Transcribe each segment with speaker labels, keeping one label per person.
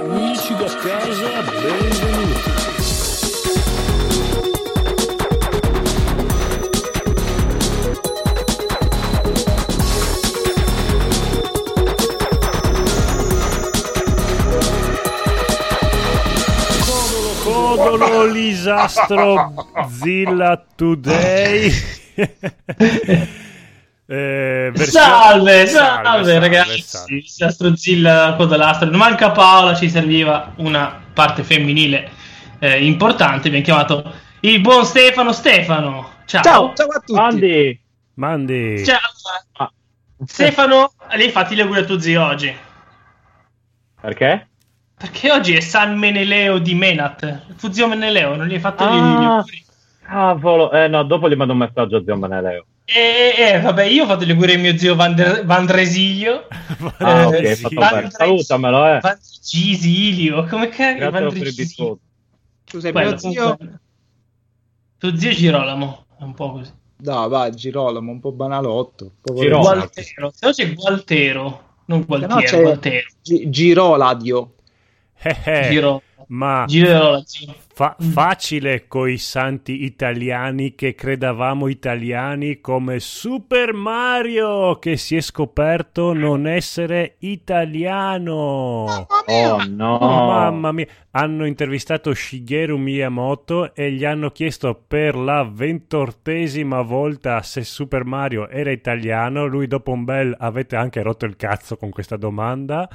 Speaker 1: Amici da casa, benvenuti. Codolo, codolo, lisastro, zilla today. Eh, versione-
Speaker 2: Salve, salve, ragazzi,
Speaker 1: salve.
Speaker 2: Sastrozilla, Codalastro, non manca Paola, ci serviva una parte femminile eh, importante, abbiamo chiamato il buon Stefano Stefano, ciao.
Speaker 3: Ciao, ciao a tutti.
Speaker 4: Andy,
Speaker 1: Mandi.
Speaker 2: Ciao. Stefano, lei hai fatto gli auguri a tuo zio oggi,
Speaker 4: perché?
Speaker 2: perché oggi è San Meneleo di Menat, fu zio Meneleo, non gli hai fatto gli- gli
Speaker 4: Ah.
Speaker 2: auguri?
Speaker 4: Cavolo, eh no, dopo gli mando un messaggio a zio Meneleo.
Speaker 2: E, e- e, Eh, vabbè, io ho fatto gli auguri a mio zio Vandre- Vandresilio,
Speaker 1: Eh,
Speaker 4: Ah, ok,
Speaker 1: Mandi.
Speaker 4: fatto
Speaker 2: Andrea-
Speaker 4: bene. Salutamelo, eh.
Speaker 2: Vandresilio, come cazzo
Speaker 4: Grazie per il
Speaker 2: Vandresilio?
Speaker 4: biscotto.
Speaker 3: Scusa,
Speaker 2: Quello,
Speaker 3: Cioè, mio zio.
Speaker 2: quello. Tuo zio Girolamo, è un po' così.
Speaker 3: No, va, Girolamo, un po' banalotto. Un po'
Speaker 4: Giro-
Speaker 3: Gual-
Speaker 2: Gualtero, se no c'è Gualtero, non
Speaker 3: no,
Speaker 2: Gualtiero,
Speaker 3: c'è-
Speaker 2: Gualtero.
Speaker 3: Gi- Giroladio.
Speaker 1: Eh, eh,
Speaker 2: Giro,
Speaker 1: Ma
Speaker 2: Girolamo, zio.
Speaker 1: fa- facile coi santi italiani che credavamo italiani come Super Mario che si è scoperto non essere italiano.
Speaker 4: Oh no.
Speaker 1: Mamma mia, hanno intervistato Shigeru Miyamoto e gli hanno chiesto per la ventottesima volta se Super Mario era italiano. Lui, dopo un bel avete anche rotto il cazzo con questa domanda,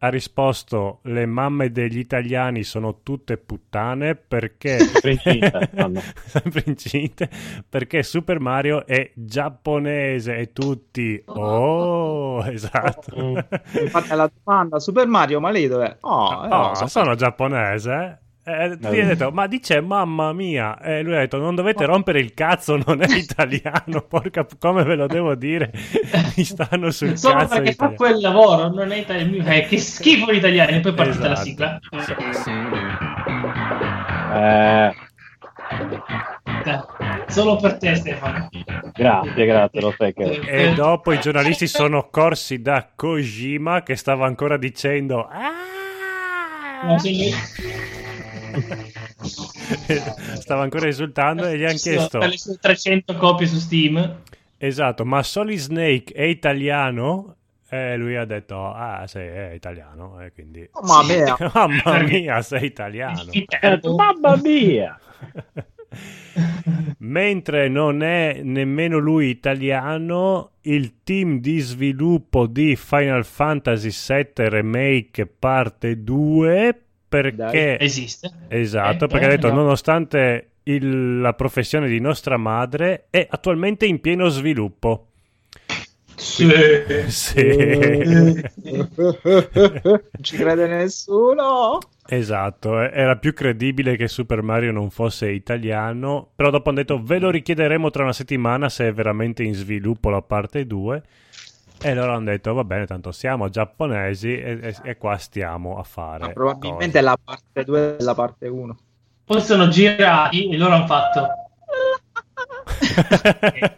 Speaker 1: ha risposto: Le mamme degli italiani sono tutte puttane perché.
Speaker 4: Sempre incinte, fanno.
Speaker 1: Sempre incinte, perché Super Mario è giapponese e tutti. Oh, esatto.
Speaker 4: Mm.
Speaker 3: Infatti, alla domanda, Super Mario, ma lei dov'è? Oh, eh,
Speaker 1: Ah, No,
Speaker 3: no, so-
Speaker 1: sono giapponese. Eh, gli
Speaker 4: No.
Speaker 1: ho detto, ma dice mamma mia, e lui ha detto: Non dovete rompere il cazzo, non è italiano. Porca, p- come ve lo devo dire? Mi stanno sul
Speaker 2: Solo
Speaker 1: cazzo.
Speaker 2: perché
Speaker 1: gli
Speaker 2: fa
Speaker 1: italiani.
Speaker 2: quel lavoro, non è italiano. Eh, che schifo gli italiani, poi è partita la
Speaker 1: Esatto.
Speaker 2: sigla.
Speaker 4: Eh,
Speaker 2: Eh, Solo per te, Stefano. Eh,
Speaker 4: grazie, grazie, lo sai che...
Speaker 1: E dopo i giornalisti sono corsi da Kojima che stava ancora dicendo: "Ah!"
Speaker 2: No, se lui-
Speaker 1: Stava ancora esultando e gli hanno
Speaker 2: Ci sono
Speaker 1: chiesto:
Speaker 2: Per le sue 300 copie su Steam.
Speaker 1: Esatto, ma Solid Snake è italiano? E lui ha detto: Ah, sì, è italiano. E quindi.
Speaker 3: Oh, ma beh,
Speaker 2: Eh,
Speaker 1: Mamma mia, sei italiano.
Speaker 2: Il
Speaker 4: Eh,
Speaker 2: Viterbo.
Speaker 4: Mamma mia!
Speaker 1: Mentre non è nemmeno lui italiano, il team di sviluppo di Final Fantasy VII Remake parte 2 perché
Speaker 2: Esiste.
Speaker 1: Esatto,
Speaker 2: Eh,
Speaker 1: perché ha
Speaker 2: eh,
Speaker 1: detto
Speaker 2: no.
Speaker 1: nonostante il- la professione di nostra madre è attualmente in pieno sviluppo.
Speaker 3: Eh.
Speaker 1: Sì.
Speaker 3: non ci crede nessuno.
Speaker 1: esatto, eh, era più credibile che Super Mario non fosse italiano, però dopo hanno detto ve lo richiederemo tra una settimana se è veramente in sviluppo la parte 2 e loro hanno detto va bene, tanto siamo giapponesi e, e- e qua stiamo a fare.
Speaker 3: Ma probabilmente è la parte 2 della parte 1.
Speaker 2: Poi sono girati e loro hanno fatto.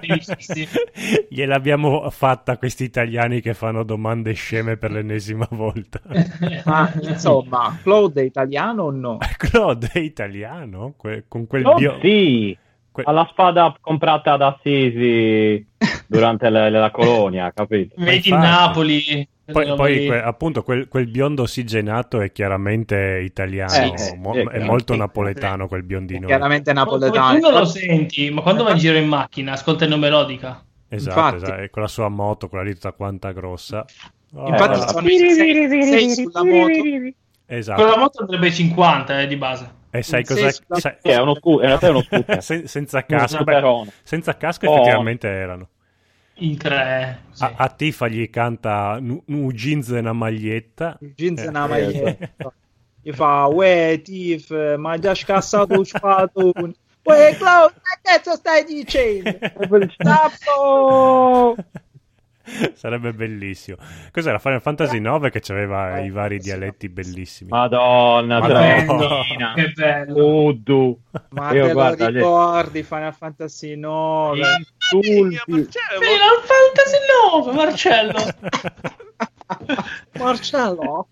Speaker 2: Felicissimi.
Speaker 1: Gliel'abbiamo fatta a questi italiani che fanno domande sceme per l'ennesima volta.
Speaker 3: Eh. Ma insomma, Claude è italiano o no?
Speaker 1: Claude è italiano? Que- con quel
Speaker 4: Oh,
Speaker 1: bio...
Speaker 4: sì!
Speaker 1: que-
Speaker 4: Alla spada comprata ad Assisi durante la, la colonia, capito?
Speaker 2: Vedi
Speaker 1: infatti.
Speaker 2: Napoli.
Speaker 1: Poi,
Speaker 2: roba
Speaker 1: poi
Speaker 2: lì.
Speaker 1: que- appunto quel, quel biondo ossigenato è chiaramente italiano,
Speaker 4: Sì, sì,
Speaker 1: mo-
Speaker 4: sì,
Speaker 1: è
Speaker 4: chiaro.
Speaker 1: molto
Speaker 3: Sì,
Speaker 1: napoletano quel biondino.
Speaker 3: Chiaramente
Speaker 2: Ma come tu
Speaker 3: napoletano.
Speaker 2: non lo senti, ma quando vai in giro in macchina, ascolta il nome melodica.
Speaker 1: Esatto,
Speaker 3: infatti.
Speaker 1: esatto, e con la sua moto, quella lì tutta quanta grossa. Oh,
Speaker 3: Infatti,
Speaker 4: Eh,
Speaker 3: sono sei, sei sulla moto.
Speaker 1: esatto.
Speaker 2: Con la moto andrebbe ai 50 eh, di base.
Speaker 1: E sai
Speaker 3: Sì,
Speaker 1: cosa...
Speaker 3: sì, sì,
Speaker 1: sai-
Speaker 4: Sì, è uno scu- in realtà è uno scooter.
Speaker 1: Sen- senza
Speaker 4: Uno
Speaker 1: casco, beh,
Speaker 4: scooterone.
Speaker 1: senza casco
Speaker 4: Oh.
Speaker 1: effettivamente erano.
Speaker 2: In tre. sì.
Speaker 1: A, a Tifa gli canta Nu- Nu jeans e una maglietta.
Speaker 3: Il jeans e una
Speaker 1: Eh,
Speaker 3: maglietta. Gli fa, uè, Tiff, ma già scassato un spatone. Uè, Claude, che cazzo stai dicendo? Tappo!
Speaker 1: Sarebbe bellissimo. Cos'era Final Fantasy 9 che c'aveva i vari dialetti bellissimi?
Speaker 4: Madonna,
Speaker 1: Madonna.
Speaker 4: Madonna.
Speaker 2: Che bello.
Speaker 4: Oh. Udu.
Speaker 3: Ma
Speaker 4: Io
Speaker 3: te
Speaker 4: guarda,
Speaker 3: lo ricordi Final Fantasy 9?
Speaker 4: Insulti.
Speaker 2: Final Fantasy 9, Marcello.
Speaker 3: Marcello.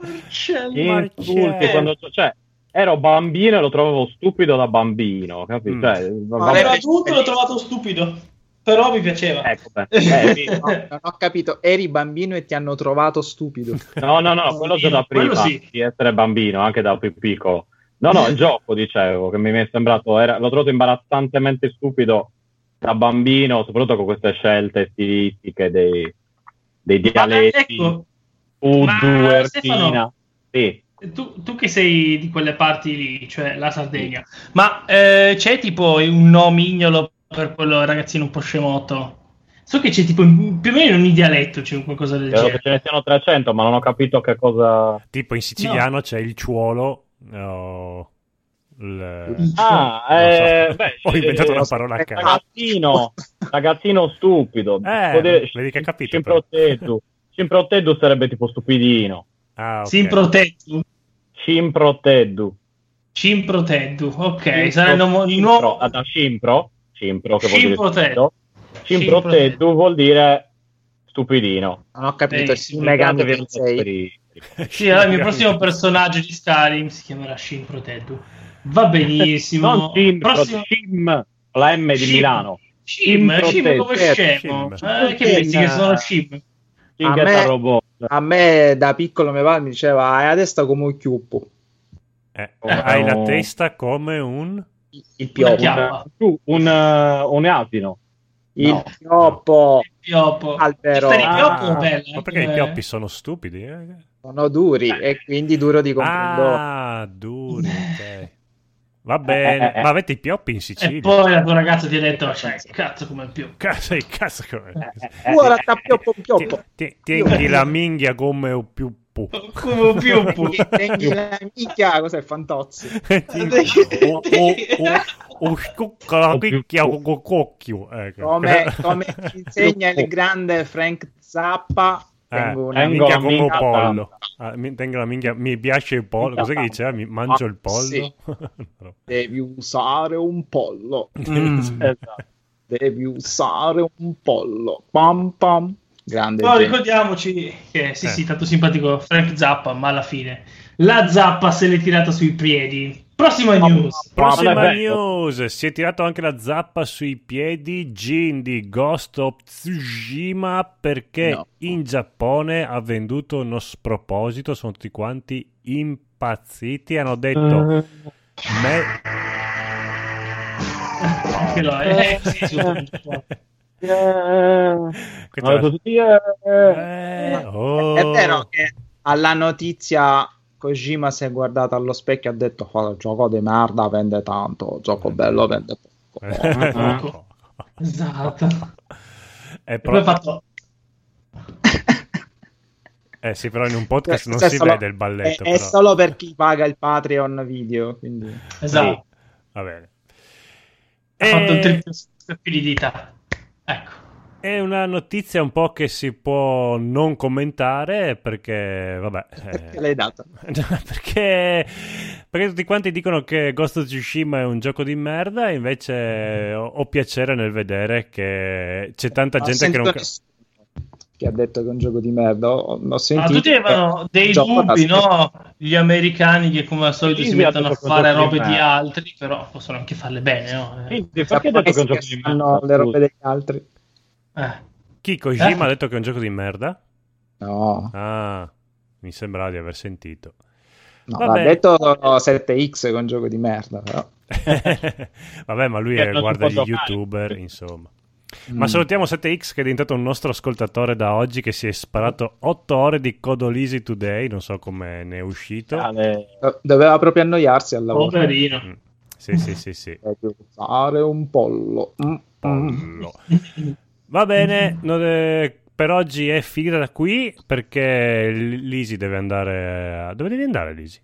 Speaker 2: Marcello.
Speaker 4: Eh, Insulti quando- cioè, ero bambino e lo trovavo stupido da bambino, capito?
Speaker 1: Mm.
Speaker 4: Cioè,
Speaker 3: Ma
Speaker 2: Era
Speaker 3: vabbè,
Speaker 2: adulto l'ho trovato stupido, però mi piaceva.
Speaker 4: Ecco, beh, eh, sì.
Speaker 3: No, non ho capito, eri bambino e ti hanno trovato stupido.
Speaker 4: No, no, no, quello già da
Speaker 2: Quello
Speaker 4: prima
Speaker 2: sì.
Speaker 4: di essere bambino, anche da più piccolo. No, no, il gioco, dicevo, che mi è sembrato, era- l'ho trovato imbarazzantemente stupido da bambino, soprattutto con queste scelte stilistiche dei, dei
Speaker 2: Ma,
Speaker 4: dialetti,
Speaker 2: ecco,
Speaker 4: Udu,
Speaker 2: ma,
Speaker 4: Ertina.
Speaker 2: Stefano.
Speaker 4: Sì,
Speaker 2: tu, tu che sei di quelle parti lì, cioè la Sardegna, ma eh, c'è tipo un nomignolo per quello ragazzino un po' scemotto? So che c'è tipo in- più o meno in ogni dialetto c'è un qualcosa del
Speaker 4: credo che
Speaker 2: genere.
Speaker 4: ce ne siano 300, ma non ho capito che cosa...
Speaker 1: Tipo in siciliano c'è il ciuolo. o il-
Speaker 4: Ah,
Speaker 1: non
Speaker 4: eh,
Speaker 1: so.
Speaker 4: beh,
Speaker 1: ho inventato
Speaker 4: eh,
Speaker 1: una parola a caso.
Speaker 4: Ragazzino, ragazzino stupido.
Speaker 1: Eh,
Speaker 4: Può dire-
Speaker 1: vedi che ha capito,
Speaker 4: Cimproteddu. Cimproteddu sarebbe tipo stupidino.
Speaker 1: Ah, ok.
Speaker 2: Simproteddu.
Speaker 4: Cimproteddu.
Speaker 2: Simproteddu, ok,
Speaker 4: Cimpro-
Speaker 2: saranno mo- il nuovo...
Speaker 4: Cimpro, ah, da Cimpro, Cimpro che vuol dire
Speaker 2: Cimproteddu.
Speaker 4: stupido. Cimproteddu vuol dire stupidino.
Speaker 3: Non ho capito,
Speaker 2: Eh,
Speaker 3: sì,
Speaker 2: sì,
Speaker 3: Megami
Speaker 4: Ricordatevi
Speaker 3: Tensei.
Speaker 4: per i-
Speaker 2: Sì, allora il mio prossimo personaggio di Skyrim si chiamerà Simproteddu. Va benissimo.
Speaker 4: Non Cimpro,
Speaker 2: Prossimo-
Speaker 4: Cim, la M di
Speaker 2: Cim.
Speaker 4: Milano.
Speaker 2: Shim, Shim come
Speaker 4: Simproteddu.
Speaker 2: scemo.
Speaker 1: Shim.
Speaker 2: Eh, che pensi che sono Shim?
Speaker 4: Cinghetta
Speaker 3: me-
Speaker 4: robot.
Speaker 3: A me da piccolo mio padre mi diceva hai la testa come un chiuppo.
Speaker 1: Eh,
Speaker 4: Oh,
Speaker 1: hai la
Speaker 4: no.
Speaker 1: testa come un...
Speaker 3: Il
Speaker 2: Una
Speaker 3: pioppo.
Speaker 2: chiappa.
Speaker 4: Tu, un, eh, un asino.
Speaker 3: Il
Speaker 4: No.
Speaker 3: pioppo.
Speaker 2: Il pioppo.
Speaker 3: Albero.
Speaker 2: Stare in pioppo
Speaker 1: Ah,
Speaker 2: è bello.
Speaker 1: ma perché
Speaker 2: eh.
Speaker 1: i pioppi sono stupidi? eh?
Speaker 3: Sono duri e quindi duro di comprendere.
Speaker 1: Ah, duri, ok. Va bene,
Speaker 4: Eh, eh, eh.
Speaker 1: ma avete i pioppi in
Speaker 2: E
Speaker 1: Sicilia?
Speaker 2: poi la tua ragazza ti ha detto, cioè, cazzo come il pioppo.
Speaker 1: Cazzo, che cazzo come... Ah.
Speaker 4: Eh,
Speaker 3: Ora
Speaker 4: eh,
Speaker 3: sta pioppo pioppo.
Speaker 1: Ti- ti- Tieni la minghia come un più pu.
Speaker 2: Come un
Speaker 1: eh,
Speaker 2: pioppo.
Speaker 3: Tenghi la minchia, cos'è fantozzi?
Speaker 1: o, o, o, o scucca la picchia con con cocchio. Ecco.
Speaker 3: Come, come ci insegna il grande Frank Zappa,
Speaker 1: Eh,
Speaker 3: tengo una
Speaker 1: la
Speaker 4: Tengo
Speaker 1: minchia
Speaker 4: la
Speaker 1: come un
Speaker 4: minchia
Speaker 1: pollo. Ah, mi, tengo la minchia, mi piace il pollo.
Speaker 4: Minchia
Speaker 1: Cos'è che
Speaker 4: tanta.
Speaker 1: diceva? Mi mangio il pollo?
Speaker 3: sì.
Speaker 1: No.
Speaker 3: Devi usare un pollo.
Speaker 2: Mm.
Speaker 4: esatto.
Speaker 3: Devi usare un pollo. Pam pam. Grande.
Speaker 2: Però
Speaker 3: genio.
Speaker 2: ricordiamoci che sì,
Speaker 1: Eh.
Speaker 2: sì, tanto simpatico Frank Zappa, ma alla fine la Zappa se l'è tirata sui piedi. Prossima news.
Speaker 4: Ma
Speaker 1: Prossima
Speaker 4: vabbè.
Speaker 1: news, si è tirato anche la zappa sui piedi Jin di Ghost of Tsushima perché
Speaker 3: No.
Speaker 1: in Giappone ha venduto uno sproposito, sono tutti quanti impazziti, hanno detto
Speaker 4: Eh.
Speaker 1: me-
Speaker 2: Che lo è. Eh, sì, sì,
Speaker 4: "Eh."
Speaker 1: Questa è la- Eh, oh.
Speaker 3: È vero che alla notizia Kojima si è guardato allo specchio e ha detto "Oh, gioco di merda vende tanto,
Speaker 1: Eh.
Speaker 3: gioco bello vende poco.
Speaker 2: Ecco. Esatto.
Speaker 1: È
Speaker 2: E poi
Speaker 1: pro-
Speaker 2: ha fatto...
Speaker 1: eh sì, però in un podcast non
Speaker 3: Cioè,
Speaker 1: si
Speaker 3: solo-
Speaker 1: vede il balletto.
Speaker 3: È, è
Speaker 1: però. Eh.
Speaker 3: solo per chi paga il Patreon video, quindi
Speaker 2: Esatto.
Speaker 1: Va bene. Eh,
Speaker 2: Ha fatto
Speaker 1: E-
Speaker 2: un triplo scoppio di dita. Ecco.
Speaker 1: È una notizia un po' che si può non commentare perché, vabbè,
Speaker 3: perché
Speaker 1: eh,
Speaker 3: l'hai dato?
Speaker 1: perché, perché tutti quanti dicono che Ghost of Tsushima è un gioco di merda, invece ho, ho piacere nel vedere che c'è tanta
Speaker 3: Non ho
Speaker 1: gente che non...
Speaker 3: sentito nessuno che ha detto che è un gioco di merda, ho, ho
Speaker 2: Ma
Speaker 3: sentito
Speaker 2: tutti
Speaker 4: eh,
Speaker 2: avevano dei
Speaker 3: Gioco
Speaker 2: dubbi,
Speaker 3: da-
Speaker 2: no? Gli americani che come al solito
Speaker 4: Sì,
Speaker 2: si
Speaker 4: mi ha
Speaker 2: mettono a
Speaker 4: detto
Speaker 2: fare
Speaker 4: qualcosa
Speaker 2: robe
Speaker 4: di
Speaker 2: di
Speaker 4: me.
Speaker 2: altri, però possono anche farle bene, no? Eh,
Speaker 4: Quindi, perché hai detto che è un
Speaker 3: giapponesi
Speaker 4: gioco
Speaker 3: che
Speaker 4: di
Speaker 3: fanno le robe degli altri.
Speaker 2: eh.
Speaker 1: Chi Kojima
Speaker 2: Eh?
Speaker 1: ha detto che è un gioco di merda?
Speaker 3: No,
Speaker 1: Ah, mi sembrava di aver sentito.
Speaker 3: no
Speaker 1: Vabbè.
Speaker 3: l'ha detto 7X con gioco di merda, però.
Speaker 1: Vabbè, ma lui
Speaker 4: Eh,
Speaker 1: eh,
Speaker 4: non si
Speaker 1: guarda
Speaker 4: può
Speaker 1: gli
Speaker 4: giocare.
Speaker 1: youtuber, insomma.
Speaker 3: Mm.
Speaker 1: Ma salutiamo 7X che è diventato un nostro ascoltatore da oggi che si è sparato 8 ore di Codolisi Today, non so come ne è uscito.
Speaker 4: Dale.
Speaker 3: Do- Doveva proprio annoiarsi al lavoro.
Speaker 2: Poverino.
Speaker 1: Mm. Sì, sì, sì, sì.
Speaker 3: Devi usare un pollo. Mm, mm.
Speaker 1: Pollo. Va bene, non è- per oggi è finita da qui perché l- Lisi deve andare... a- Dove devi andare Lisi?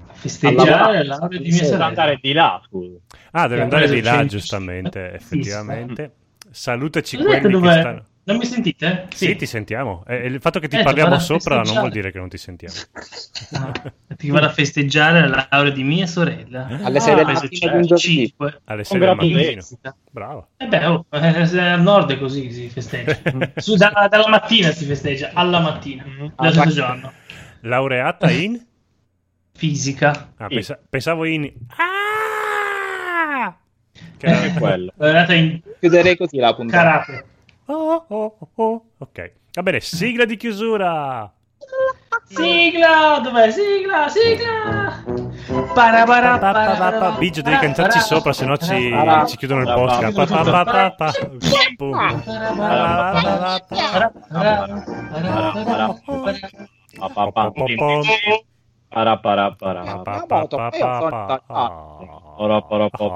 Speaker 2: A
Speaker 3: Alla
Speaker 2: Festeggiare
Speaker 3: mamma.
Speaker 2: l'aurea di mia
Speaker 3: Sì,
Speaker 4: Per
Speaker 2: sorella.
Speaker 4: andare di là, scusa.
Speaker 1: Ah, deve
Speaker 2: Sì,
Speaker 1: andare
Speaker 2: ha preso
Speaker 1: di là,
Speaker 2: 100.
Speaker 1: giustamente,
Speaker 2: Sì, sì.
Speaker 1: effettivamente. Salutaci
Speaker 2: Guardate
Speaker 1: quelli che
Speaker 2: dov'è.
Speaker 1: stanno...
Speaker 2: Non mi sentite?
Speaker 1: Sì, ti sentiamo. Eh, il fatto che ti
Speaker 2: Eh,
Speaker 1: parliamo
Speaker 2: vado a
Speaker 1: sopra non
Speaker 2: festeggiare.
Speaker 1: vuol dire che non ti sentiamo.
Speaker 2: Ah, perché vado a festeggiare la laurea di mia sorella.
Speaker 3: Alle sei del
Speaker 2: Ah,
Speaker 3: mattino,
Speaker 2: alle
Speaker 3: giovedì.
Speaker 2: 5.
Speaker 1: Alle 6
Speaker 4: Un
Speaker 1: Eh? del
Speaker 4: grato
Speaker 1: mattino.
Speaker 4: Sì.
Speaker 1: Bravo.
Speaker 2: Eh beh, oh, eh, se- al nord è così si festeggia. Su, da- dalla mattina si festeggia, alla
Speaker 4: Mm.
Speaker 2: mattina,
Speaker 3: Ah,
Speaker 2: dello stesso
Speaker 3: ma-
Speaker 2: giorno.
Speaker 1: Laureata in?
Speaker 2: Fisica.
Speaker 1: Ah,
Speaker 4: Sì.
Speaker 1: pensa- pensavo in... Ah! Che
Speaker 4: Eh, è
Speaker 1: era-
Speaker 4: quello.
Speaker 2: Laureata in
Speaker 3: Chiuderei così la puntata.
Speaker 2: karate.
Speaker 1: Oh, oh, oh, oh. Ok. Va bene, sigla di chiusura.
Speaker 2: Sigla! Dov'è? Sigla! Sigla! Para para
Speaker 1: Pa, pa, pa, pa.
Speaker 2: para
Speaker 1: Biggio, devi cantarci sopra, se no ci, ci chiudono il podcast. Pa, pa, pa, pa, pa. Boom. Pa, pa, pa, pa.
Speaker 4: Pa, pa, pa,
Speaker 1: Po, po, po.
Speaker 4: para, para, para.
Speaker 1: Pa, pa, pa, pa, pa, pa.
Speaker 4: Para, para, pa,